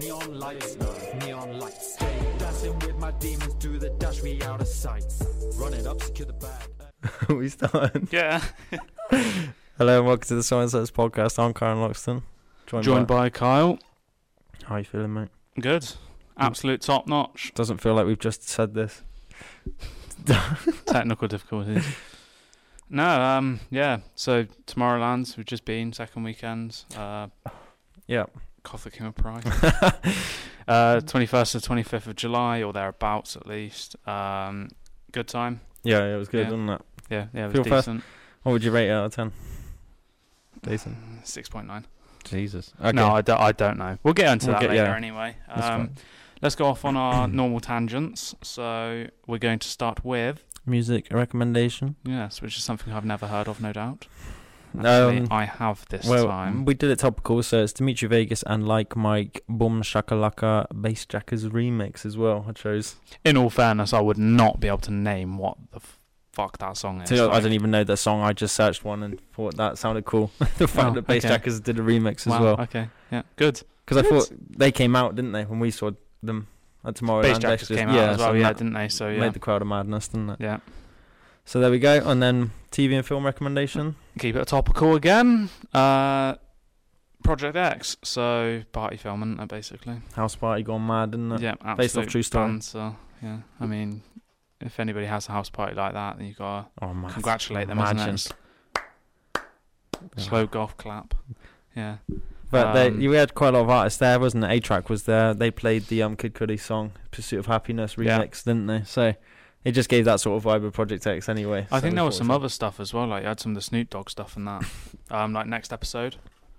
Neon lights, neon lights. Stay dancing with my demons, do the dash me out of sight. Run it up, secure the bag. we starting. Yeah. Hello and welcome to the Science Letters podcast. I'm Karen Loxton. Joined by Kyle. How you feeling, mate? Good. Absolute top notch. Doesn't feel like we've just said this. Technical difficulties. No, um, yeah. So Tomorrowland, we've just been second weekend. Uh, Yeah. Cough the King of Pride. uh, twenty first to twenty fifth of July, or thereabouts at least. Um, good time. Yeah, it was good, Yeah. wasn't it? Yeah, yeah, it was Feel first- decent. What would you rate it out of ten? Decent. Mm, Six point nine. Jesus. Okay. No, I don't, I don't know. We'll get into We'll that get- later yeah. anyway. That's Um, fine. let's go off on our normal tangents. So we're going to start with Music recommendation. Yes, which is something I've never heard of, no doubt. Actually, Um, I have this well, time. we did it topical, so it's Dimitri Vegas and Like Mike Boom Shakalaka Bass Jackers remix as well. I chose. In all fairness, I would not be able to name what the f- fuck that song is. So I Like, didn't even know the song. I just searched one and thought that sounded cool. the fact Oh, that Bass okay. Jackers did a remix as wow, well. Okay, yeah, good. Because I thought they came out, didn't they, when we saw them at Tomorrowland? Bass they Jackers just- came out as so well, yeah, that didn't they? So yeah, Made the crowd a madness, didn't it? yeah. So there we go. And then TV and film recommendation. Keep it topical again. Uh, Project X, so party film, isn't it, basically? House Party gone mad, didn't it? Yeah, absolute Based off true story. banter, Yeah, I mean, if anybody has a house party like that, then you gotta Oh, man. congratulate them. Imagine. Isn't it? Just Slow golf clap. Yeah. But they, um, you had quite a lot of artists there, wasn't it? A-Track was there. They played the um, Kid Cudi song, Pursuit of Happiness Yeah. remix, didn't they? So it just gave that sort of vibe of Project X anyway. I so think we there was thought some it- other stuff as well. Like you had some of the Snoop Dogg stuff and that. um, like next episode.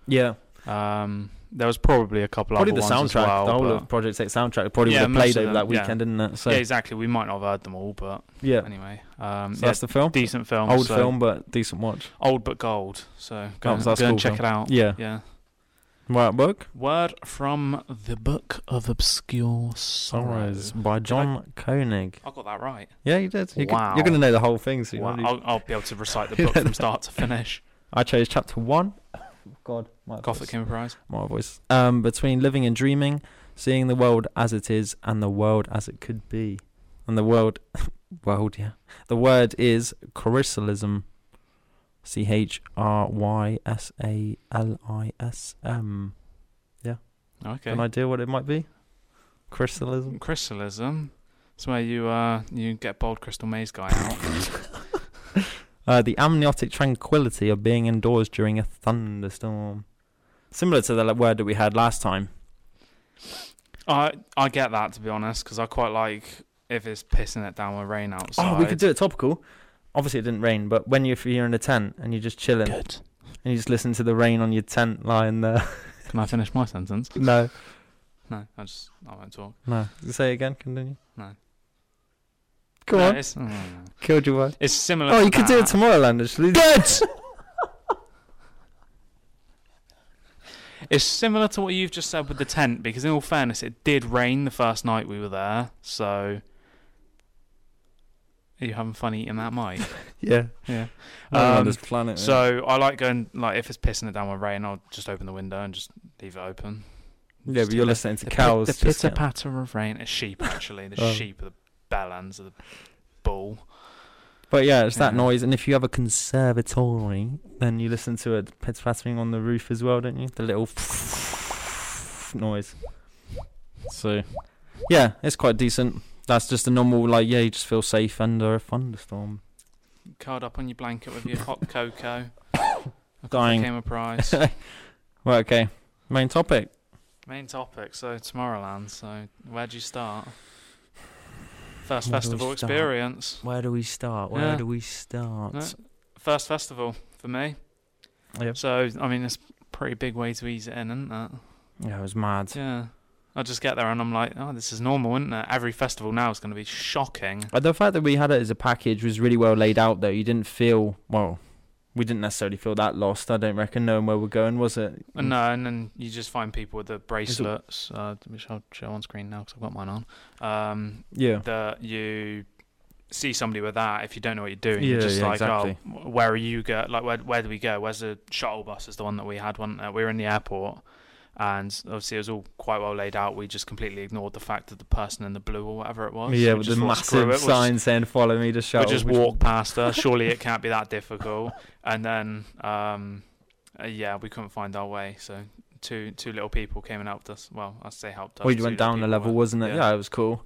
Yeah. Um, there was probably a couple Probably other the ones as soundtrack, well, the whole but- of Project X soundtrack probably Yeah, would have most played of over that them, yeah. weekend, didn't it? So, yeah, exactly. We might not have heard them all, but yeah. anyway, um, So yeah, that's the film. decent film. Old so- film, Oh, but decent watch. old but gold. So That go, was and- our go and school check it out. Yeah. yeah. Right book. Word from the Book of Obscure Sorrows. by John Koenig. I got that right. Yeah, you did. You could- Wow. you're going to know the whole thing. So you Wow. don't need- I'll, I'll be able to recite the book from start to finish. I chose chapter one. God, my Cough voice. at Kimber Prize. My voice. Um, between living and dreaming, seeing the world as it is and the world as it could be, and the world, world, yeah. The word is chrysalism. C H R Y S A L I S M. Okay. An idea what it might be? Chrysalism. Crystallism. It's where you uh you get bold crystal maze guy out. Uh, the amniotic tranquility of being indoors during a thunderstorm. Similar to the l- word that we had last time. I I get that to be honest, because I quite like if it's pissing it down with rain outside. Oh, we could do it topical. Obviously, it didn't rain, but when you, if you're in a tent and you're just chilling Good. and you just listen to the rain on your tent lying there. Can I finish my sentence? no, No, I just I won't talk. no. Say again, continue. No. Come No, on, It's, no, no, no. killed your word. It's similar. Oh, to you could do it that. Tomorrowland, actually. It's similar to what you've just said with the tent, because in all fairness, it did rain the first night we were there. So, are you having fun eating that mic? yeah. yeah. Um, Um, this planet. So I like going like if it's pissing it down with rain, I'll just open the window and just leave it open. yeah, but you're listening to The, pit- cows. the just pitter getting- patter of rain. It's sheep actually. The Oh. sheep are the bell ends of the bull. But yeah, it's that Yeah. noise. And if you have a conservatory, then you listen to it pitter pattering on the roof as well, don't you? The little noise. So, yeah, it's quite decent. That's just a normal, like, yeah, you just feel safe under a thunderstorm. Curled up on your blanket with your hot cocoa. Dying. Became a prize. Well, okay. Main topic. Main topic. So Tomorrowland. So where do you start? First Where do we festival start? experience. Where do we start? Where Yeah. do we start? No. First festival for me. Yep. So I mean, it's a pretty big way to ease it in, isn't it? Yeah, it was mad. Yeah. I just get there and I'm like, oh, this is normal, isn't it? Every festival now is going to be shocking. But the fact that we had it as a package was really well laid out, though. You didn't feel, well, we didn't necessarily feel that lost, I don't reckon, knowing where we're going, was it? And, no, and then you just find people with the Mm. it- bracelets, uh, which I'll show on screen now because I've got mine on. Um, Yeah. that you see somebody with that if you don't know what you're doing. you're Yeah, just yeah, like, exactly. oh, wh- where are you go? Like, where where do we go? Where's the shuttle bus? Is the one that we had one. Uh, we were in the airport, and obviously it was all quite well laid out. We just completely ignored the fact that the person in the blue or whatever it was, yeah, we with the just thought, "Screw it, massive we'll just- sign saying "Follow me" to shout. we just walked past her. Surely it can't be that difficult. And then, um, uh, yeah, we couldn't find our way. So two two little people came and helped us. Well, I say helped us. We two went little down a people level, were- wasn't it? Yeah. it was cool.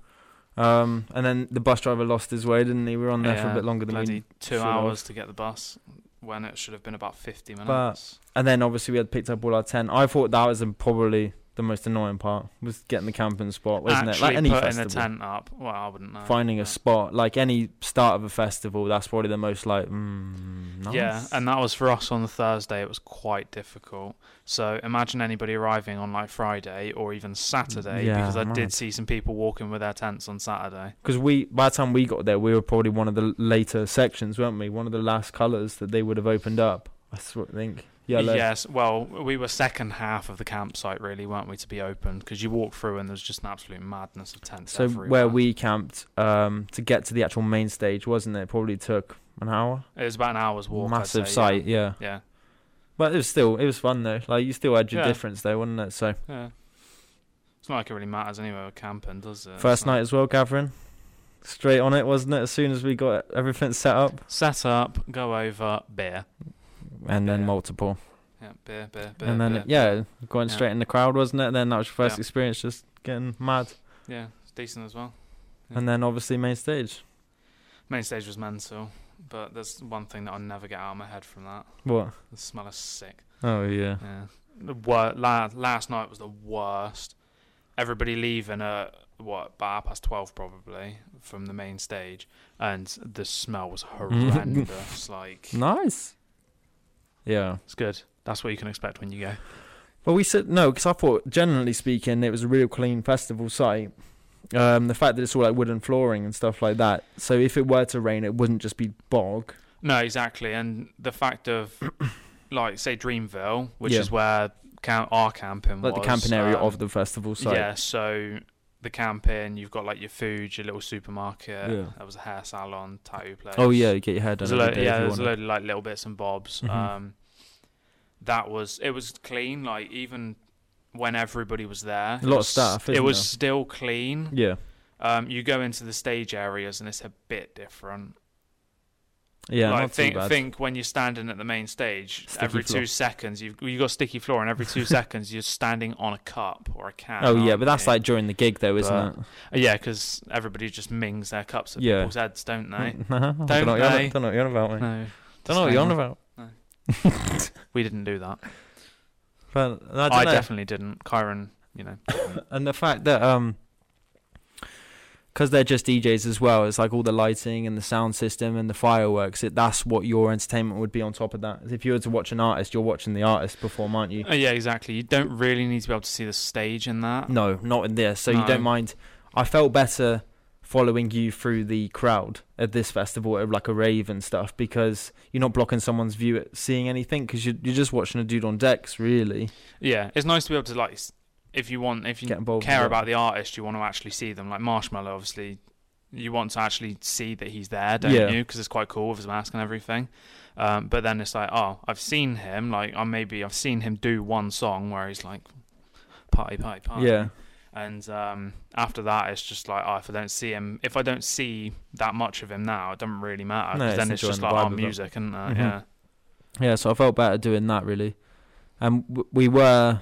Um, and then the bus driver lost his way, didn't he? We were on there for a Yeah, bit longer than bloody we. two should hours to get the bus when it should have been about fifty minutes. And then obviously we had picked up all our tent. I thought that was the- probably the most annoying part was getting the camping spot, wasn't Actually, it? Like any putting festival, the tent up. Well, I wouldn't know. finding but- a spot, like any start of a festival, that's probably the most like. Mm, nice. Yeah, and that was for us on the Thursday. It was quite difficult. So imagine anybody arriving on like Friday or even Saturday, Yeah, because I mad. did see some people walking with their tents on Saturday. because we by the time we got there, we were probably one of the later sections, weren't we? One of the last colours that they would have opened up. I sort of think yellow. Yes, well, we were second half of the campsite, really, weren't we, to be open? Because you walk through and there's just an absolute madness of tents. So everywhere. where we camped um, to get to the actual main stage, wasn't it? Probably took an hour. it was about an hour's walk. I'd Massive say, site, yeah. Yeah. yeah. But it was still it was fun though. Like you still had your Yeah. difference though, wasn't it? So Yeah. It's not like it really matters anyway with camping, does it? first It's not- night as well, Gavin. Straight on it, wasn't it? As soon as we got everything set up, Set up, go over, beer. and then Yeah. multiple, Yeah, beer, beer, beer. and then beer. yeah, going Yeah. straight in the crowd, wasn't it? then that was your first Yeah. experience, just getting mad, Yeah, it's decent as well. Yeah. and then obviously main stage. Main stage was mental, but there's one thing that I'll never get out of my head from that. What? The smell is sick. Oh yeah. Yeah. The wor- la- last night was the worst. Everybody leaving at what about half past twelve probably from the main stage, and the smell was horrendous. like Nice. Yeah. it's good. That's what you can expect when you go. Well, we said no because I thought, generally speaking, it was a real clean festival site. Um, the fact that it's all like wooden flooring and stuff like that. So if it were to rain, it wouldn't just be bog. No, exactly. And the fact of, like, say Dreamville, which Yeah. is where camp- our camping like was, the camping area um, of the festival site. Yeah, so the camping, you've got like your food, your little supermarket. Yeah. There was a hair salon, tattoo place. Oh yeah, you get your hair done There's a every load, day yeah, if you there's a want. load of like little bits and bobs. Mhm. Um, that was it was clean. Like even when everybody was there, A it lot of was- staff, It isn't was there? still clean. Yeah, Um, you go into the stage areas and it's a bit different. yeah, like, not think too bad. think when you're standing at the main stage, Sticky every floor. two seconds you've you got sticky floor, and every two seconds you're standing on a cup or a can. oh yeah, aren't but that's you? like during the gig though, But- isn't Uh, Yeah, because everybody just mings their cups at Yeah. people's heads, don't they? it? don't, Don't know what you're on- they? don't know what you're on about, mate. no. Don't know what you're on disclaimer. about. We didn't do that. But I, I, don't know. definitely didn't. Kyron, you know. and the fact that um because they're just DJs as well, it's like all the lighting and the sound system and the fireworks. It, that's what your entertainment would be on top of that. If you were to watch an artist, you're watching the artist perform, aren't you? Uh, yeah, exactly. You don't really need to be able to see the stage in that. No, not in this. So you No. don't mind. I felt better following you through the crowd at this festival, at like a rave and stuff, because you're not blocking someone's view at seeing anything because you're, you're just watching a dude on decks, really. Yeah, it's nice to be able to like, s- if you want, if you Get involved with care it. about the artist, you want to actually see them. Like Marshmallow, obviously, you want to actually see that he's there, don't Yeah. you? Because it's quite cool with his mask and everything. Um, but then it's like, oh, I've seen him. Like, I maybe I've seen him do one song where he's like, party, party, party. Yeah. And um, after that, it's just like, oh, if I don't see him, if I don't see that much of him now, it doesn't really matter. No, 'cause it's then it's enjoying just the like vibe our of it. music, and Mhm. yeah, Yeah, so I felt better doing that, really. And w- we were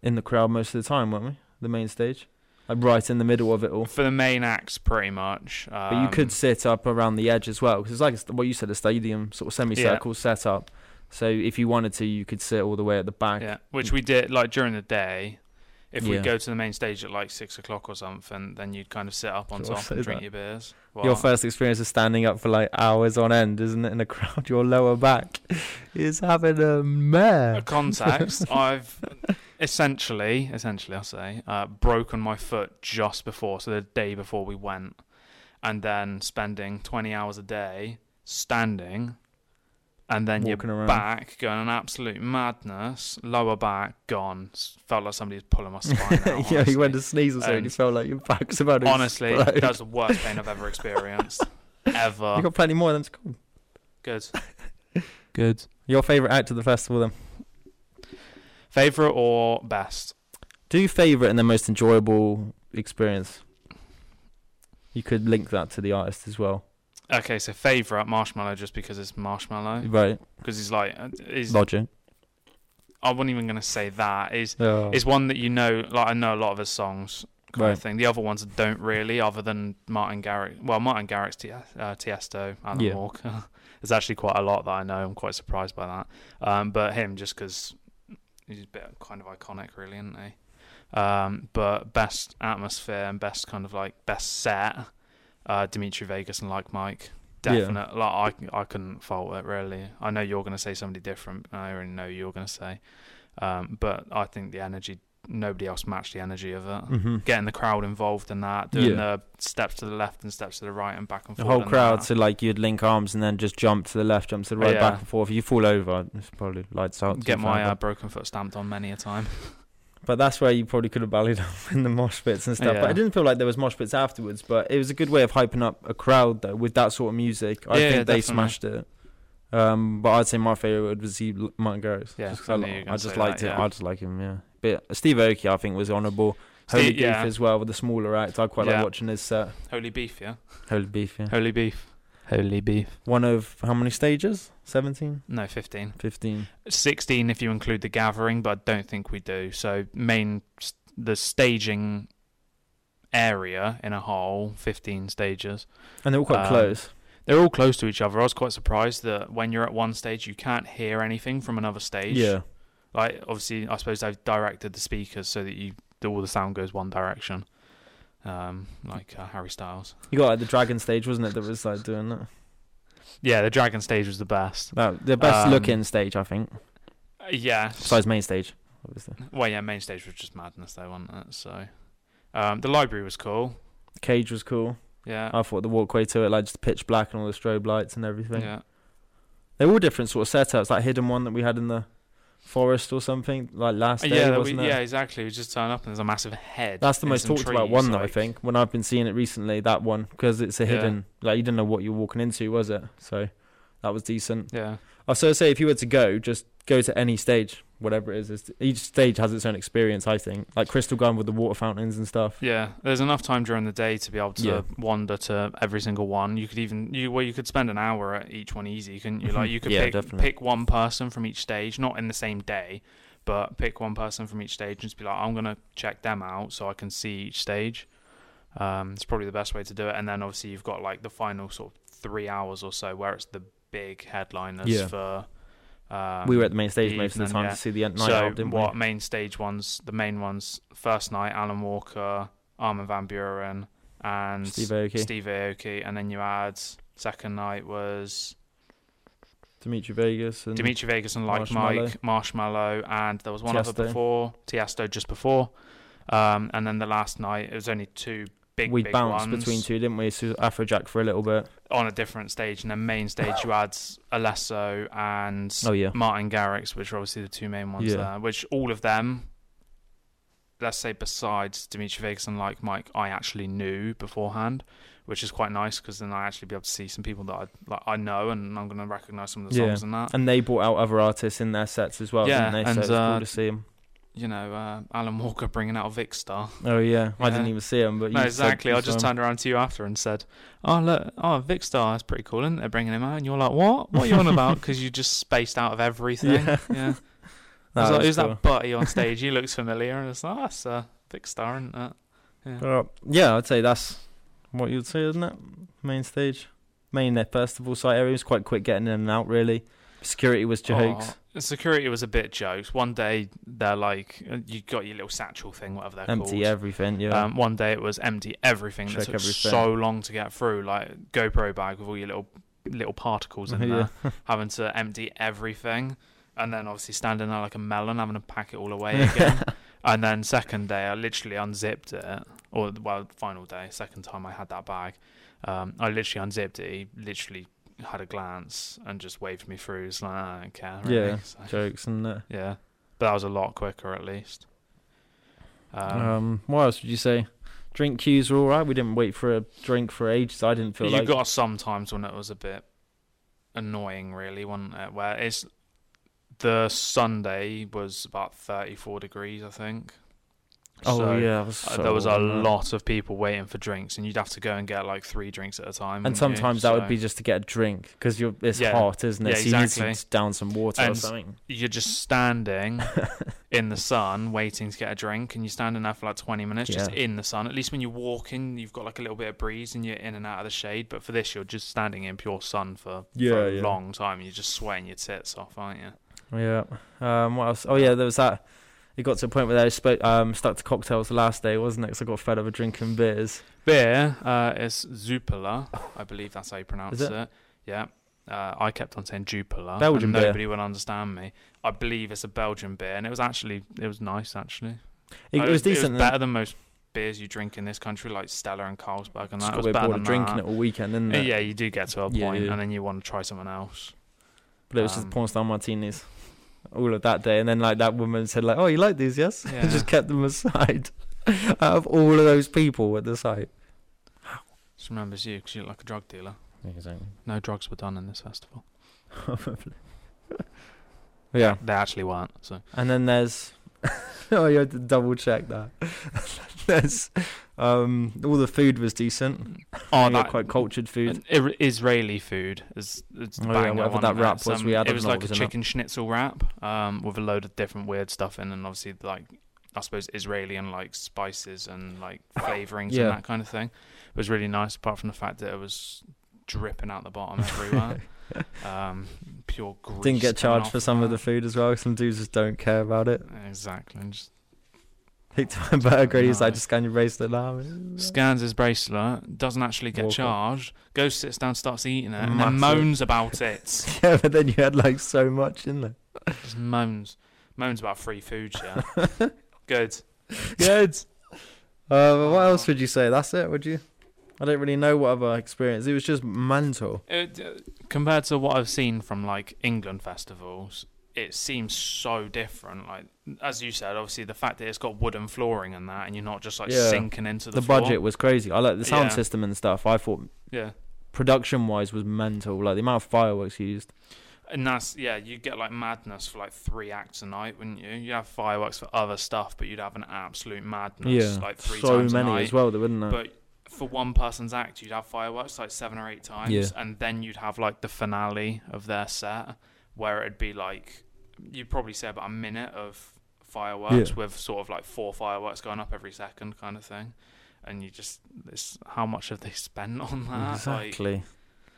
in the crowd most of the time, weren't we? The main stage. Like right in the middle of it all. for the main acts, pretty much. Um, But you could sit up around the edge as well, because it's like a st- what you said, a stadium sort of semicircle set up. So if you wanted to, you could sit all the way at the back. Yeah, which we did like during the day. If we Yeah. go to the main stage at like six o'clock or something, then you'd kind of sit up on Sure, top say and drink that. your beers. Your What? first experience of standing up for like hours on end, isn't it? In a crowd, your lower back is having a A mare. context. I've essentially, essentially, I'll say, uh, broken my foot just before, so the day before we went, and then spending twenty hours a day standing, and then Walking your around. back going an absolute madness. Lower back gone. S- Felt like somebody was pulling my spine. Out, yeah, you honestly. went to sneeze or something. And- you felt like your back's about to Honestly, explode. that was the worst pain I've ever experienced. ever. you got plenty more. Then it's cool. Good. Your favorite act of the festival, then? Favorite or best? Do favorite and the most enjoyable experience. You could link that to the artist as well, Okay, so favorite Marshmallow just because it's Marshmallow right? because he's like uh, he's, Logic. I wasn't even gonna say that is Oh. is one that you know like I know a lot of his songs kind Right. of thing. The other ones I don't really, other than Martin Garrix. Well, Martin Garrix, T- uh, Tiesto, Alan Yeah. Walker. There's actually quite a lot that I know. I'm quite surprised by that. Um, but him just because he's a bit kind of iconic, really, isn't he? Um, but best atmosphere and best kind of like best set. Uh, Dimitri Vegas and like Mike. Yeah. Definite. Like I, I couldn't fault it really. I know you're gonna say somebody different. I already know you're gonna say, um, but I think the energy. Nobody else matched the energy of it. hmm Getting the crowd involved in that, doing Yeah. the steps to the left and steps to the right and back and The forth. whole and crowd, that. so like you'd link arms and then just jump to the left, jump to the right, Yeah. back and forth. If you fall over, it's probably lights out. to Get you my forever. uh, broken foot stamped on many a time. But that's where you probably could have ballied up in the mosh pits and stuff. But Yeah. I didn't feel like there was mosh pits afterwards. But it was a good way of hyping up a crowd though with that sort of music. I Yeah, think they definitely. smashed it. Um, but I'd say my favorite was he Martin Garrix. Yeah, just 'cause I I, knew li- you were I gonna just say liked that, it. yeah. I just like him. Yeah, but Steve Aoki I think was honourable. Holy Steve- Beef yeah. as well with the smaller act. I quite Yeah. like watching his set. Holy beef, yeah. Holy Beef, yeah. Holy beef. Holy beef. One of how many stages? 17? No, fifteen. 15. 16 if you include the gathering, but I don't think we do. So main s- the staging area in a whole 15 stages. And they were quite Um, close. They're all close to each other. I was quite surprised that when you're at one stage you can't hear anything from another stage. Yeah. Like obviously I suppose they've directed the speakers so that you all the sound goes one direction. Um like uh, Harry Styles. You got like the dragon stage, wasn't it, that was like doing that? Yeah, the dragon stage was the best. that the best Um, looking stage, I think. Uh, yeah. Besides main stage, obviously. Well, yeah, main stage was just madness though, wasn't it? So um the library was cool. Cage was cool. Yeah. I thought the walkway to it, like just pitch black and all the strobe lights and everything. Yeah. They're all different sort of setups, like hidden one that we had in the forest or something, like last Uh, day, yeah, that we, wasn't it? yeah, exactly. We just turn up and there's a massive head. That's the in most some talked about trees, one though, I like- think. When I've been seeing it recently, that one because it's a Yeah. hidden, like you didn't know what you were walking into, was it? So that was decent. Yeah, I so say if you were to go, just go to any stage, whatever it is. It's, each stage has its own experience, I think. Like Crystal Gun with the water fountains and stuff. yeah. There's enough time during the day to be able to Yeah. wander to every single one. You could even you well, you could spend an hour at each one easy, couldn't you? Like you could Yeah, pick definitely. pick one person from each stage, not in the same day, but pick one person from each stage and just be like, I'm gonna check them out so I can see each stage. Um, it's probably the best way to do it. And then obviously you've got like the final sort of three hours or so where it's the big headliners Yeah. for. Um, we were at the main stage most of the evening, time yeah. to see the night so out, didn't what we? main stage ones? The main ones. First night, Alan Walker, Armin van Buren, and Steve Steve, Aoki, Aoki, and then you add second night was Dimitri Vegas, and Dimitri Vegas and Like Marshmallow. Mike, Marshmallow, and there was one other Tiesto. before Tiesto just before, um, and then the last night it was only two big we big bounced ones between two, didn't we? So Afrojack for a little bit. on a different stage, and then main stage you add Alesso and Oh yeah, Martin Garrix, which are obviously the two main ones Yeah. there, which all of them, let's say besides Dimitri Vegas and Like Mike, I actually knew beforehand, which is quite nice because then I actually be able to see some people that I like I know and I'm gonna recognize some of the Yeah. songs and that. and they brought out other artists in their sets as well, Yeah, didn't they? and, so it's uh, cool to see 'em. You know, uh, Alan Walker bringing out Vic Star. Oh yeah, I didn't yeah. even see him, but No, you exactly. Said, I you just saw 'em. turned around to you after and said, "Oh look, oh Vic Star, that's pretty cool, isn't it? They're bringing him out." And you're like, "What? What are you on about?" Because you just spaced out of everything. Yeah. yeah. No, I was like, that's who's cool. that buddy on stage? he looks familiar. And it's like, oh, that's uh, Vic Star, isn't it? Yeah. Uh, yeah, I'd say that's what you'd say, isn't it? Main stage, main uh, festival site area was quite quick getting in and out. Really, security was jokes. Oh, security was a bit jokes. One day they're like, uh, you got your little satchel thing, whatever they're Empty called. everything. Yeah, Um, one day it was empty everything. Check that took everything. so long to get through, like GoPro bag with all your little little particles in Yeah. there, having to empty everything, and then obviously standing there like a melon, having to pack it all away again. and then second day, I literally unzipped it, or well, final day, second time I had that bag, um, I literally unzipped it. He literally had a glance and just waved me through. It's like I don't care. Really. Yeah. So, jokes and. Uh, yeah, but that was a lot quicker at least. um, Um, what else would you say? Drink queues were all right. We didn't wait for a drink for ages. I didn't feel you like. got sometimes when it was a bit annoying, really, wasn't it? Where it's The Sunday was about 34 degrees, I think. Oh So, yeah, that was uh, so there was a warm, yeah. lot of people waiting for drinks, and you'd have to go and get like three drinks at a time. And wouldn't you? sometimes that would So be just to get a drink because you're it's Yeah. hot, isn't it? Yeah, so you exactly. need to down some water or And- something. You're just standing in the sun waiting to get a drink, and you're standing there for like 20 minutes just Yeah. in the sun. At least when you're walking, you've got like a little bit of breeze and you're in and out of the shade. But for this, you're just standing in pure sun for, for Yeah, a yeah. long time. You're just sweating your tits off, aren't you? Yeah. Um. What else? Oh yeah, there was that. It got to a point where I spo- um stuck to cocktails the last day, wasn't it? 'Cause I got fed up with drinking beers. Beer uh, is Zupala. I believe that's how you pronounce it? it? Yeah. Uh, I kept on saying Jupala. Belgian and beer. Nobody would understand me. I believe it's a Belgian beer, and it was actually it was nice actually. It, Uh, it was decent. It was then. better than most beers you drink in this country, like Stella and Carlsberg, and Just got that it a was bit better bored than of drinking that. it all weekend, didn't it? Yeah, you do get to a Yeah, point, yeah. and then you want to try something else. But it was just Um, porn star martinis all of that day. And then like that woman said like, oh, you like these, yes? Yeah. and just kept them aside out of all of those people at the site. Just remembers you because you look like a drug dealer. Exactly. No drugs were done in this festival. yeah. They actually weren't. So And then there's, oh, you had to double check that. there's, um, all the food was decent. oh, We got quite cultured food. An I- Israeli food is, is Oh, yeah, bang whatever on that there. um, wrap was, we had it it was not, like a was it not? chicken schnitzel wrap um, with a load of different weird stuff in, and obviously like I suppose Israeli and like spices and like flavorings Yeah. and that kind of thing. It was really nice, apart from the fact that it was dripping out the bottom everywhere. um, pure grease. Didn't get coming charged off for of some of the that. food as well. Some dudes just don't care about it. Exactly. and just Picked up a burger and he's like, Nice. just scan your bracelet now. scans his bracelet, doesn't actually get Walk off. charged, goes sits down, starts eating it, and then Massive. moans about it. yeah, but then you had like so much in there. Just moans. Moans about free food, yeah. Good. Good. Uh, what else would you say? That's it, would you? I don't really know what other experience. It was just mental. It, uh, compared to what I've seen from like England festivals, it seems so different. Like as you said, obviously the fact that it's got wooden flooring and that, and you're not just like Yeah. sinking into The, the, floor. budget was crazy. I like the sound Yeah. system and stuff. I thought Yeah, production wise was mental. Like the amount of fireworks used. and that's yeah. You get like madness for like three acts a night, wouldn't you? You have fireworks for other stuff, but you'd have an absolute madness. like three so times many a night. as well, though, wouldn't there? but for one person's act, you'd have fireworks like seven or eight times, Yeah. and then you'd have like the finale of their set, where it'd be like you'd probably say about a minute of fireworks Yeah. with sort of like four fireworks going up every second, kind of thing. And you just, it's how much have they spent on that? Like, exactly.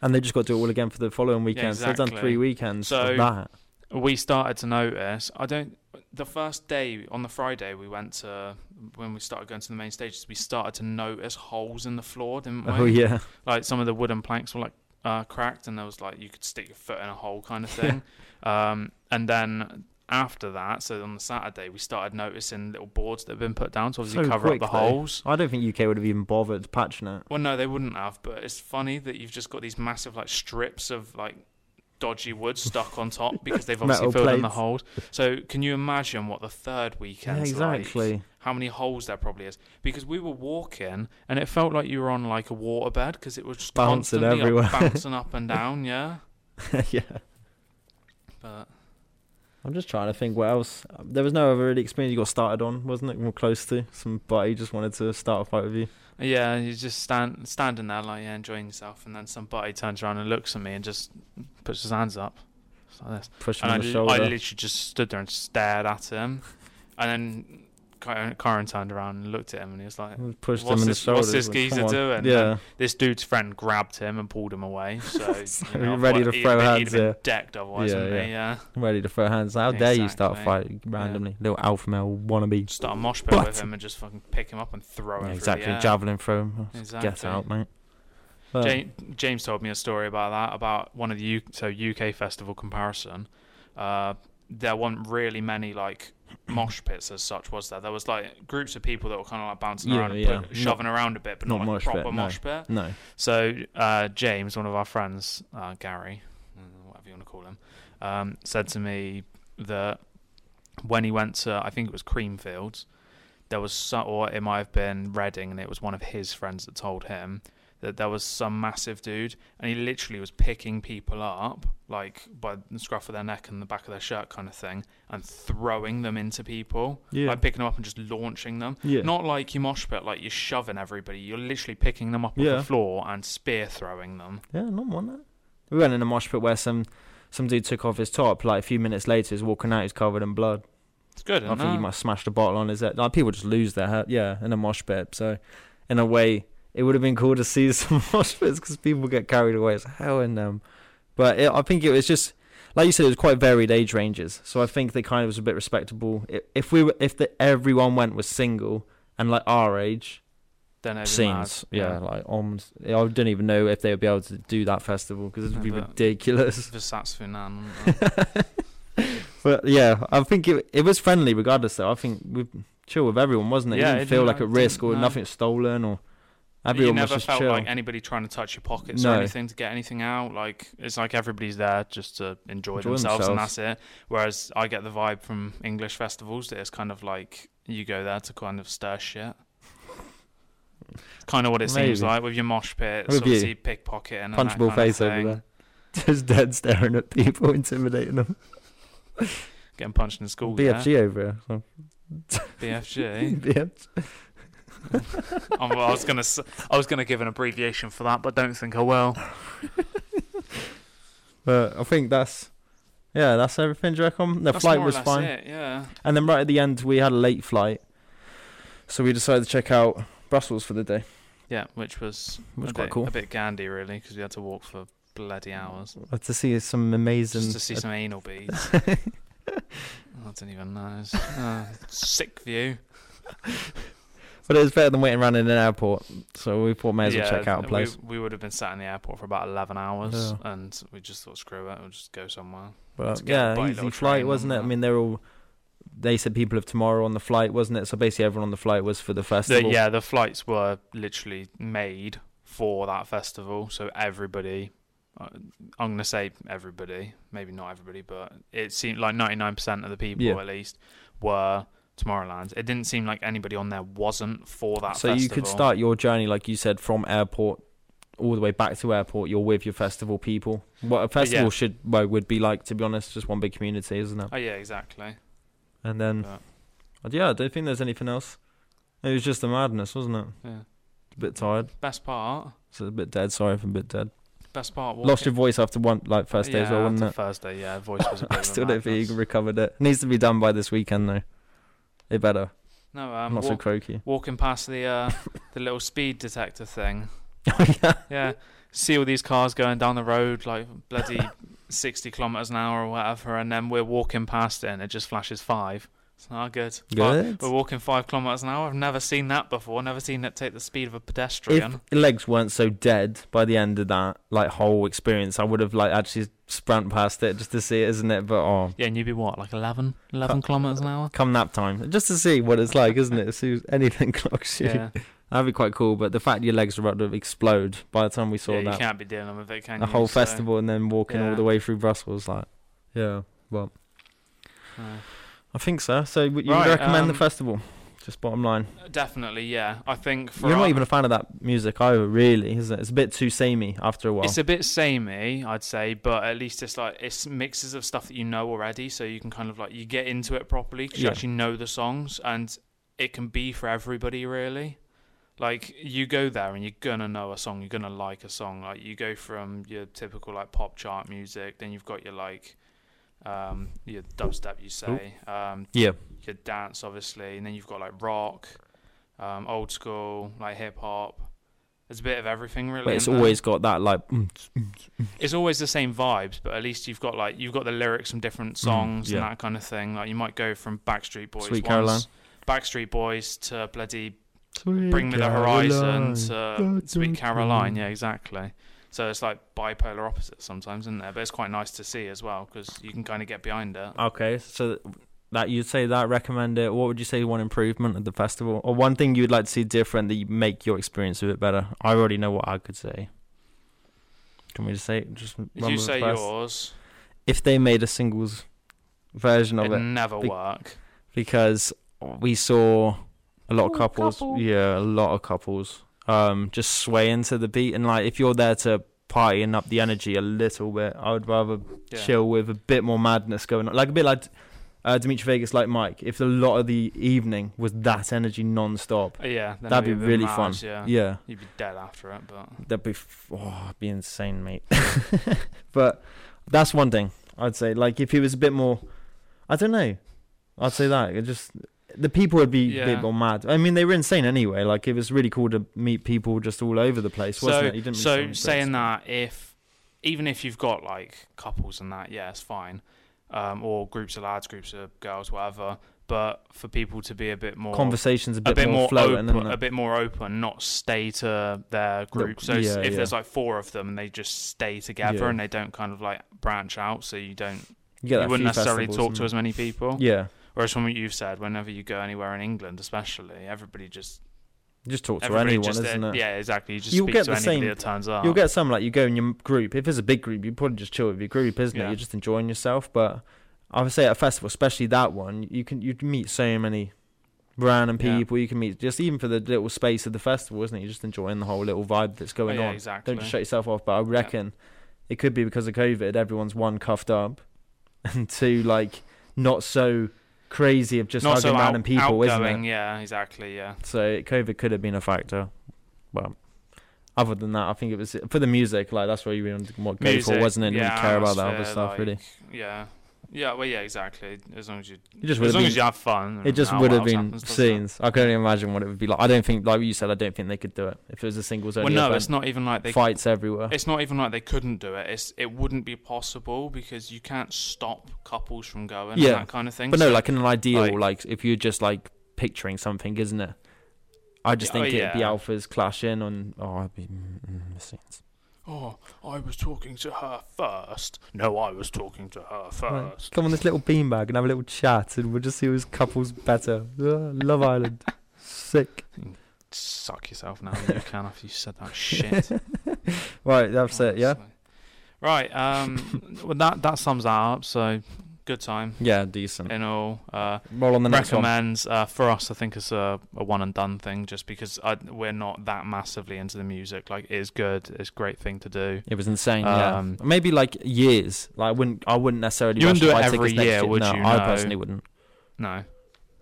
and they just got to do it all again for the following weekend. So they've done exactly. three weekends So- of that. we started to notice. I don't. The first day on the Friday we went to when we started going to the main stages, we started to notice holes in the floor, didn't we? Oh yeah, like some of the wooden planks were like uh, cracked and there was like you could stick your foot in a hole kind of Yeah. thing um, and then after that so on the saturday we started noticing little boards that have been put down to obviously So cover up the quick, though. holes I don't think UK would have even bothered patching it. well no they wouldn't have but it's funny that you've just got these massive like strips of like dodgy wood stuck on top because they've obviously Metal filled in the plates. holes so can you imagine what the third Yeah, weekend exactly. how many holes there probably is because we were walking and it felt like you were on like a waterbed because it was just Bouncing constantly everywhere. Up, bouncing up and down. Yeah, yeah. but I'm just trying to think what else. There was no other really experience you got started on, wasn't it? More close to somebody just wanted to start a fight with you. yeah, you just stand standing there like yeah, enjoying yourself, and then somebody turns around and looks at me and just puts his hands up, just like this, push him and I, on the just, I shoulder. literally just stood there and stared at him, and then Karen Karen turned around and looked at him and he was like, pushed him what's in this- the shoulder. what's this geezer doing? Yeah, this dude's friend grabbed him and pulled him away. So, you know, you're ready but to he'd throw been- he'd hands been here. decked otherwise, Yeah, wouldn't yeah. he? Yeah. ready to throw hands. How dare you start a Exactly. fight randomly? Little alpha male wannabe. start a mosh pit But- with him and just fucking pick him up and throw him. Yeah, through exactly, The air. javelin throw him. Exactly. Get out, mate. But- James, James told me a story about that about one of the U- so UK festival comparison. Uh, there weren't really many like mosh pits as such, was there? There was like groups of people that were kind of like bouncing Yeah, around, and yeah. put- shoving around a bit, but not, not like mosh pit, proper no. mosh pit. no, So uh, James, one of our friends, uh, Gary, uh, whatever you want to call him, um, said to me that when he went to, I think it was Creamfields, there was so, or it might have been Reading, and it was one of his friends that told him that there was some massive dude, and he literally was picking people up, like by the scruff of their neck and the back of their shirt, kind of thing, and throwing them into people. Yeah. Like picking them up and just launching them. Yeah. Not like you mosh pit, like you're shoving everybody. You're literally picking them up off Yeah. the floor and spear throwing them. Yeah, not one that. We went in a mosh pit where some some dude took off his top. Like a few minutes later, he's walking out. He's covered in blood. It's good. I Isn't think he it? might have smashed a bottle on his head. Like people just lose their head. Yeah, in a mosh pit. So, in a way, it would have been cool to see some mosh pits because people get carried away as hell in them. But it, I think it was just like you said, it was quite varied age ranges. So I think they kind of was a bit respectable. I- If we were, if the, everyone went was single and like our age, Then it'd be scenes. mad. Yeah, like almost. I don't even know if they would be able to do that festival because it would be Yeah, but- ridiculous. Visatsu Nan. wouldn't it? But yeah, I think it it was friendly regardless. Though I think we chill with everyone, wasn't it? Yeah, you it didn't feel didn't- like at it risk didn't, or no. nothing stolen or you everyone was never just felt chill. like anybody trying to touch your pockets No. or anything to get anything out. Like it's like everybody's there just to enjoy, Enjoy themselves, themselves. and that's it. Whereas I get the vibe from English festivals that it's kind of like you go there to kind of stir shit. kind of what it seems Maybe. like with your mosh pits, With you. obviously pickpocketing, and that Punchable kind of face thing. over there, just dead staring at people, intimidating them. getting punched in school. BFG yeah. over here. So. BFG. BFG. I'm- Oh, I was gonna, s- I was gonna give an abbreviation for that, but don't think I will. But I think that's yeah, that's everything. Do you reckon the That's flight more or was less fine? it, yeah. And then right at the end, we had a late flight, so we decided to check out Brussels for the day, Yeah, which was which a was quite bit, cool. A bit gandy, really, because we had to walk for bloody hours Uh, To see some amazing. uh, just to see some anal beads. I don't even know. It's, uh, sick view. but it was better than waiting around in an airport, so we thought may as well Yeah, check out a place. We, we would have been sat in the airport for about 11 hours, Yeah. and we just thought, screw it, we'll just go somewhere. But Let's get a yeah, bite, easy little flight, train wasn't it? on I that. mean, they're all. They said people of tomorrow on the flight, wasn't it? So basically, everyone on the flight was for the The, festival. yeah, the flights were literally made for that festival, so everybody. uh, I'm gonna say everybody, maybe not everybody, but it seemed like 99% of the people, Yeah. at least, were Tomorrowland. It didn't seem like anybody on there wasn't for that. so festival. you could start your journey, like you said, from airport all the way back to airport. You're with your festival people. What a festival should well, would be like, to be honest, just one big community, isn't it? Oh yeah, exactly. And then, But- But yeah, I don't think there's anything else. It was just the madness, wasn't it? Yeah. A bit tired, Best part. so a bit dead. Sorry if I'm a bit dead. Best part. Lost your voice after one, like first day as well, wasn't it? Thursday, yeah. Voice was. A bit I of a still don't think madness. you recovered it. Needs to be done by this weekend though. It better. No, I'm um, not so walk- croaky. walking past the uh, the little speed detector thing. yeah. Yeah, see all these cars going down the road like bloody 60 kilometers an hour or whatever, and then we're walking past it and it just flashes five. It's not good. But Good. We're walking five kilometers an hour. I've never seen that before. Never seen it take the speed of a If pedestrian. legs weren't so dead by the end of that like whole experience, I would have like actually sprint past it just to see it, isn't it? But oh, Yeah, and you'd be what, like 11, 11 Cut. kilometers an hour? come nap time, just to see what it's like, isn't it? See if anything clocks you. Yeah, That'd be quite cool. But the fact your legs were about to explode by the time we saw yeah you that can't be dealing with it, can the you? whole So, festival and then walking all Yeah. the way through Brussels, like yeah. Well, no. I think so. So w- you Right, would recommend the um, festival? Just bottom line. Definitely, yeah. I think for You're our- not even a fan of that music either, really, is it? It's a bit too samey after a while. It's a bit samey, I'd say, but at least it's like it's mixes of stuff that you know already, so you can kind of like you get into it properly 'cause Yeah. you actually know the songs, and it can be for everybody really. Like you go there and you're gonna know a song, you're gonna like a song. Like you go from your typical like pop chart music, then you've got your like um your dubstep, you say, um, yeah, your dance obviously, and then you've got like rock, um, old school, like hip hop. There's a bit of everything really. but it's in there. always got that like. mm, it's always the same vibes, but at least you've got like you've got the lyrics from different songs Mm, yeah. and that kind of thing. Like you might go from Backstreet Boys, Sweet once, Caroline. Backstreet Boys to bloody Bring Me the Horizon to Sweet Caroline. Yeah, exactly. So it's like bipolar opposites sometimes, isn't there? But it's quite nice to see as well because you can kind of get behind it. Okay, so that you'd say that recommend it. What would you say one improvement at the festival, or one thing you'd like to see different that you make your experience of it better? I already know what I could say. Can we just say just run If you with it say first? yours, if they made a singles version of it'd it never Be- work. because we saw a lot of Ooh, couples. couple. Yeah, a lot of couples. um, just swaying to the beat. And like, if you're there to party and up the energy a little bit, I would rather Yeah. chill with a bit more madness going on, like a bit like uh, Dimitri Vegas, like Mike. If a lot of the evening was that energy non-stop, Uh, Yeah, then That'd it'd be a bit really mad, fun. Yeah. yeah, you'd be dead after it, but that'd be f- oh, it'd be insane, mate. but that's one thing I'd say. Like, if he was a bit more, I don't know, I'd say that it just. The people would be a Yeah. bit more mad. I mean, they were insane anyway. Like it was really cool to meet people just all over the place, wasn't so it? You didn't so really saying see- that if even if you've got like couples and that, yeah, it's fine, um, or groups of lads, groups of girls, whatever. But for people to be a bit more conversations a a bit, bit more, more flowing open, and a bit more open, not stay to their group. So yeah, if yeah. there's like four of them and they just stay together Yeah. and they don't kind of like branch out, so you don't you, get you that wouldn't few necessarily talk festivals to as and- many people. Yeah, Whereas from what you've said, whenever you go anywhere in England, especially, everybody just just talk to everybody anyone, just isn't it? yeah, exactly. You just You'll speak get to the anybody same- that turns up. You'll get some like you go in your group. If it's a big group, you probably just chill with your group, isn't it? Yeah. You're just enjoying yourself. But I would say at a festival, especially that one, you can you meet so many random Yeah. people. You can meet just even for the little space of the festival, isn't it? You're just enjoying the whole little vibe that's Oh, going yeah, on. exactly. Don't just shut yourself off. But I reckon it could be because of COVID. Everyone's one cuffed up, and two like not so crazy of just Not hugging so random out- people, outgoing. isn't it? Yeah, exactly. Yeah, So COVID could have been a factor, but other than that, I think it was for the music. Like that's what you really what go for, Music, wasn't it? You yeah, didn't care about that other atmosphere, stuff really. yeah, yeah. Well, yeah, exactly. As long as you, It just would have as long been. as you have fun. It just and would have what else been happens, doesn't it? scenes. I can only imagine what it would be like. I don't think, like you said, I don't think they could do it if it was a singles Well, only no, event. it's not even like they. Fights everywhere. It's not even like they couldn't do it. It's it wouldn't be possible because you can't stop couples from going. Yeah. and that kind of thing. But no, So- like in an ideal, like, like- if you're just like picturing something, isn't it? I just Yeah, oh, think it'd be yeah. alphas clashing on. Oh, I'd be mm, mm, the scenes. Oh, I was talking to her first. No, I was talking to her Right. first. Come on this little beanbag and have a little chat, and we'll just see whose couple's better. Ah, Love Island, sick. Suck yourself now, you can after you said that shit. Right, that's it. Yeah, Honestly. Right. Um. well, that that sums that up. So, good time yeah, decent. in all. Uh, Roll on Mm. the next one. recommends uh, for us. I think it's a, a one and done thing, just because I, we're not that massively into the music. Like, it is good. It's a great thing to do. It was insane. Um, yeah, maybe like years. Like I wouldn't, I wouldn't necessarily. You wouldn't rush to do it buy every tickets next year, would no, you? I No. personally wouldn't. No.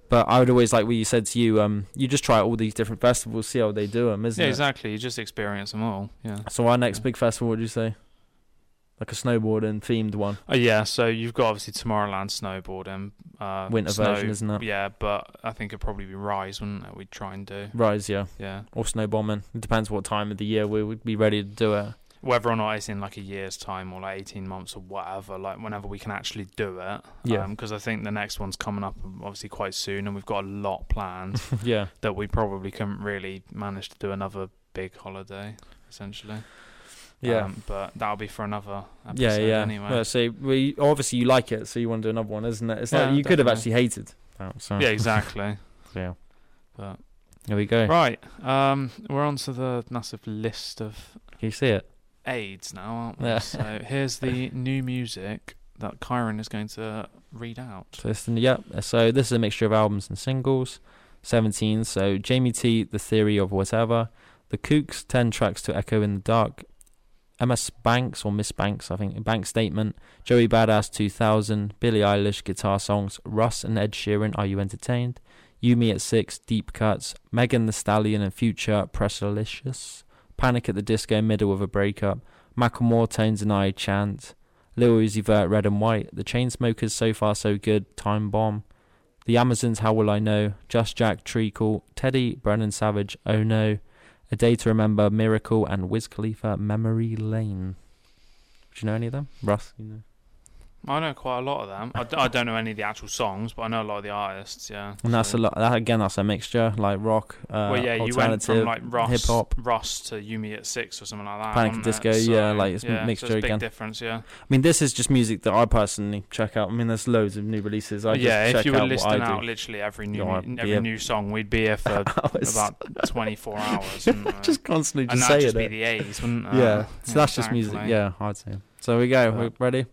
But I would always like what you said to you. Um, you just try all these different festivals, see how they do them, isn't Yeah, it? exactly. You just experience them all. Yeah. So our next Yeah. big festival, would you say? Like a snowboarding themed one, Oh yeah, so you've got obviously Tomorrowland snowboarding. Uh, winter snow- version, isn't it? Yeah, but I think it'd probably be Rise, wouldn't it? We'd try and do. Rise, yeah, Yeah. or snowbombing. It depends what time of the year we would be ready to do it. Whether or not it's in like a year's time or like 18 months or whatever, like whenever we can actually do it. Yeah. Because I think the next one's coming up um, obviously quite soon and we've got a lot planned yeah. that we probably couldn't really manage to do another big holiday, essentially. Yeah. Um, but that'll be for another episode yeah, yeah. anyway. Well, so we obviously you like it, so you want to do another one, isn't it? It's Yeah, like you could have definitely. actually hated. that, so. yeah, exactly. Yeah. But, There we go. right. Um, we're on to the massive list of Can you see it? AIDS now, aren't we? Yeah. so here's the new music that Kyron is going to read out. So this, yep. So this is a mixture of albums and singles. Seventeen. So Jamie T, The Theory of Whatever, The Kooks, Ten Tracks to Echo in the Dark, MS Banks or Miss Banks, I think. Bank Statement, Joey Badass 2000, Billie Eilish guitar songs, Russ and Ed Sheeran, Are You Entertained? You Me at Six, Deep Cuts, Megan the Stallion and Future, Pressurelicious, Panic at the Disco, Middle of a Breakup, Macklemore, Tones and I, Chant. Lil Uzi Vert, Red and White, The Chainsmokers, So Far So Good, Time Bomb, The Amazons, How Will I Know, Just Jack, Treacle, Teddy, Brennan Savage, Oh No, A Day to Remember, Miracle, and Wiz Khalifa, Memory Lane. Do you know any of them, Russ? You know. I know quite a lot of them. I, d- I don't know any of the actual songs, but I know a lot of the artists. Yeah, And that's a lot. That, again, that's a mixture like rock, uh, well, yeah, you went alternative, from like Ross, hip-hop. Russ to Yumi at six or something like that. Panic at wasn't Disco, it? yeah, like, it's a yeah, mixture so it's a again. Big difference, yeah. I mean, this is just music that I personally check out. I mean, there's loads of new releases. I just yeah, check if you were out what listing I out do. literally every new No, I'd mu- be every a- new song, we'd be here for I was about twenty four hours, wouldn't we? just constantly and just that'd saying just be it. the A's, wouldn't it? yeah, so that's just music. Uh, exactly. Yeah, I'd say. So we go. Yeah. We're ready.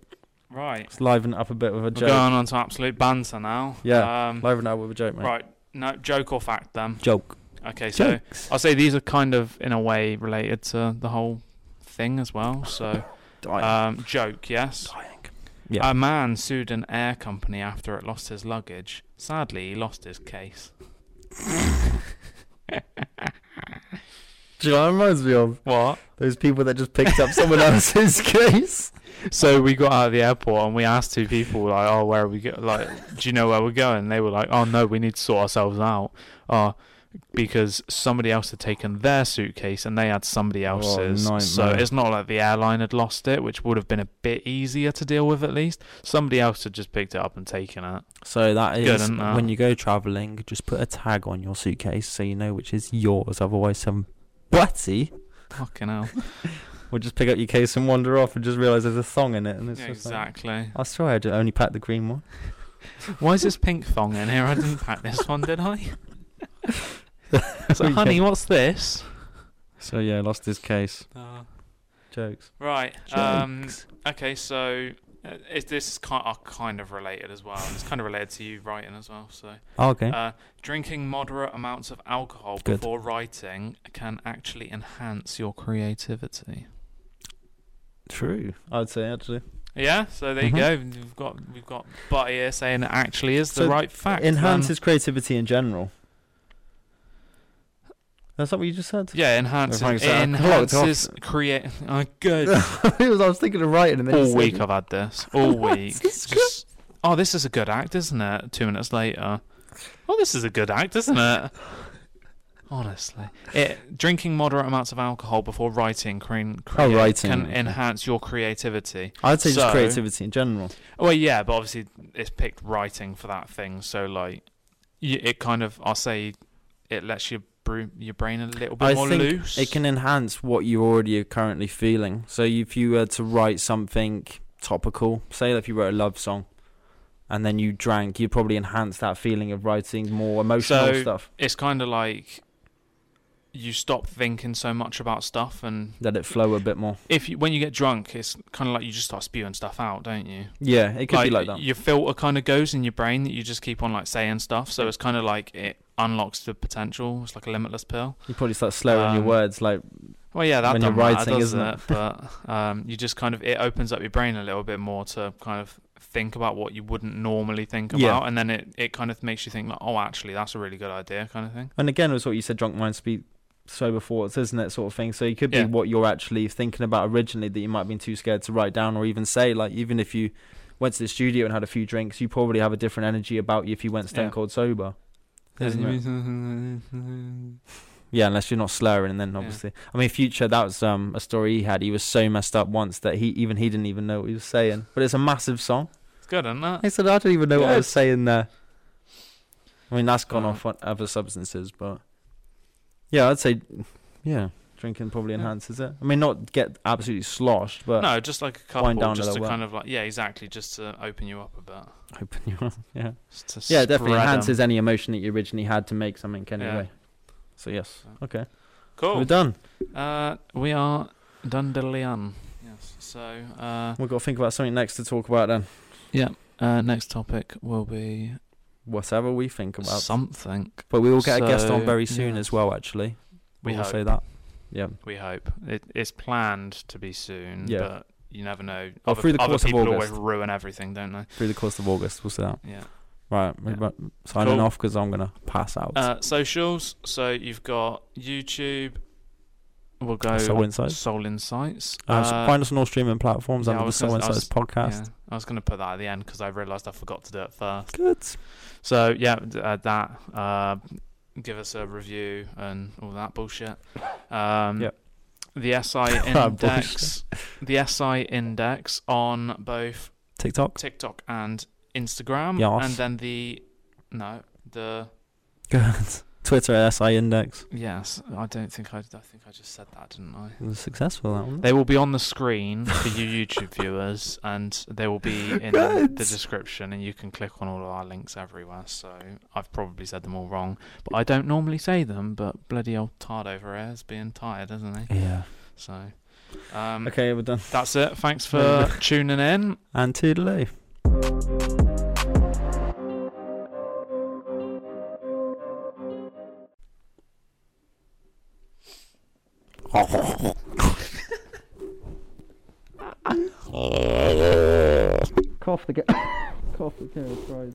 right. Let's liven it up a bit with a We're joke. going on to absolute banter now. Yeah, um, Liven it up with a joke, mate. Right. No, joke or fact then. Joke. Okay, so uh, Jokes. I'll say these are kind of in a way related to the whole thing as well. So, Dying. um, joke, yes. Dying. Yeah. A man sued an air company after it lost his luggage. Sadly, he lost his case. Do you know what it reminds me of? What? Those people that just picked up someone else's case. So we got out of the airport and we asked two people like, "Oh, where are we go? Like, do you know where we're going?" And they were like, "Oh no, we need to sort ourselves out, uh, because somebody else had taken their suitcase and they had somebody Oh, else's. so nightmare. it's not like the airline had lost it, which would have been a bit easier to deal with at least. Somebody else had just picked it up and taken it. So that is Good, isn't that? when you go traveling, just put a tag on your suitcase so you know which is yours. Otherwise, some butty Fucking hell! will just pick up your case and wander off and just realise there's a thong in it, and it's Yeah, just like, exactly. I swear I only packed the green one. Why is this pink thong in here? I didn't pack this one, did I? so, Yeah. honey, what's this? So yeah, lost his case. Jokes. right. Jokes. Um, Okay, so uh, is this kind are kind of related as well? It's kind of related to you writing as well. So, Oh, okay. uh, drinking moderate amounts of alcohol Good. before writing can actually enhance your creativity. True. I'd say actually. Yeah, so there Mhm. you go. We've got we've got Buddy here saying it actually is the So right fact. um, Enhances creativity in general. That's not what you just said. then- yeah, enhances Everything's set up. Locked off. enhances create. Oh, good. it was, I was thinking of writing and then All just week said- I've had this. All week. This is Just- oh, this is a good act, isn't it? Two minutes later. Oh, this is a good act, isn't it? Honestly, it, drinking moderate amounts of alcohol before writing, cre- create- Oh, writing, can okay. enhance your creativity. I'd say So- just creativity in general. Well, yeah, but obviously it's picked writing for that thing, so like y it kind of I'll say it lets your bru- your brain a little bit I more think loose. It can enhance what you already are currently feeling. So if you were to write something topical, say if you wrote a love song, and then you drank, you'd probably enhance that feeling of writing more emotional So- stuff. It's kind of like you stop thinking so much about stuff and Let it flow a bit more. if you, when you get drunk, it's kind of like you just start spewing stuff out, don't you? Yeah, it could be like that. Your filter kind of goes in your brain that you just keep on like saying stuff. So it's kind of like it unlocks the potential. It's like a limitless pill. You probably start slurring your Um, words, like Well, yeah, that When do you're writing, writing, matter, isn't doesn't it? it? But um, you just kind of it opens up your brain a little bit more to kind of think about what you wouldn't normally think about, Yeah. and then it it kind of makes you think like, oh, actually, that's a really good idea, kind of thing. And again, it was what you said, drunk minds speak sober thoughts, isn't it, sort of thing. So it could be Yeah. what you're actually thinking about originally that you might have been too scared to write down or even say. Like even if you went to the studio and had a few drinks, you probably have a different energy about you if you went stone Yeah. cold sober. Isn't it? yeah, Yeah, unless you're not slurring, and then Yeah. obviously, I mean, Future. That was um, a story he had. He was so messed up once that he even he didn't even know what he was saying. But it's a massive song. it's good, isn't it? He said, "I don't even know what I was Good. saying there." I mean, that's gone Uh, off on other substances, but yeah, I'd say, yeah, drinking probably Yeah. enhances it. I mean, not get absolutely sloshed, but No, just like a couple, wind down a just to little bit. kind of like yeah, exactly, just to open you up a bit. open your yeah, Just to yeah, it definitely spread 'em. enhances any emotion that you originally had to make something anyway. So yes, okay, we're Cool. done. Uh, we are Dundalian. Yes. So uh, We've got to think about something next to talk about then. yeah, uh, next topic will be Whatever we think about, something. but we will get a guest on so, very soon yeah. as well. Actually, we We will hope. say that. Yeah, We hope it, it's planned to be soon. Yeah. But you never know. Oh, other, through the other course of people always August. ruin everything, don't they? through the course of August, we'll say that. Yeah. Right, we're Yeah. about signing Cool. off because I'm gonna pass out. Uh, socials. So you've got YouTube. We'll go Soul Insights. Soul Insights. Uh, so find us on all streaming platforms yeah, under I the was Soul gonna- I Insights was- podcast. yeah, I was going to put that at the end because I realised I forgot to do it first. Good. So yeah, d- uh, that uh, give us a review and all that bullshit. Um, Yep. The SI index, the SI index on both TikTok. TikTok and Instagram, Yes. and then the no the Good. Twitter SI index. yes. I don't think I. I think I just said that, didn't I? It was successful that one. They will be on the screen for you YouTube viewers, and they will be in Good. the description, and you can click on all of our links everywhere. So I've probably said them all wrong, but I don't normally say them. But bloody old Tard over here is being tired, isn't he? yeah. So um, Okay, we're done. that's it. Thanks for tuning in. And toodaloo. Cough the cough the